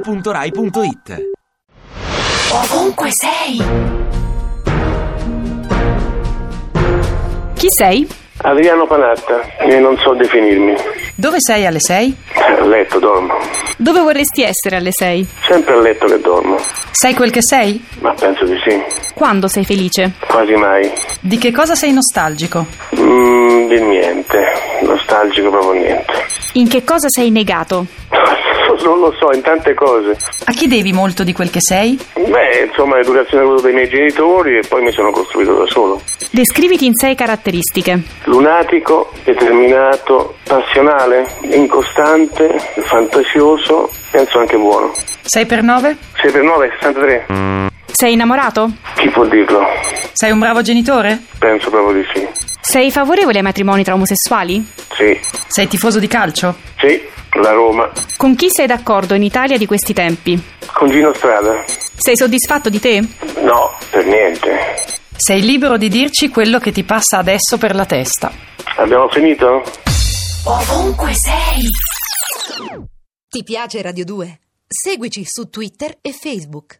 radio2pod.rai.it Ovunque sei! Chi sei? Adriano Panatta, e non so definirmi. Dove sei alle 6? A letto dormo, Dove vorresti essere alle 6? sempre a letto che dormo, Sei quel che sei? ma penso di sì, Quando sei felice? quasi mai. Di che cosa sei nostalgico? Mm, di niente, nostalgico proprio niente. In che cosa sei negato? Non lo so, in tante cose. A chi devi molto di quel che sei? Beh, insomma, l'educazione che ho avuto dai miei genitori e poi mi sono costruito da solo. Descriviti in sei caratteristiche. Lunatico, determinato, passionale, incostante, fantasioso, penso anche buono. 6 per 9? 6 per 9 è 63. Sei innamorato? Chi può dirlo? Sei un bravo genitore? Penso proprio di sì. Sei favorevole ai matrimoni tra omosessuali? Sì, Sei tifoso di calcio? sì, la Roma. Con chi sei d'accordo in Italia di questi tempi? Con Gino Strada? Sei soddisfatto di te? No, per niente. Sei libero di dirci quello che ti passa adesso per la testa. Abbiamo finito? Ovunque sei! Ti piace Radio 2? Seguici su Twitter e Facebook.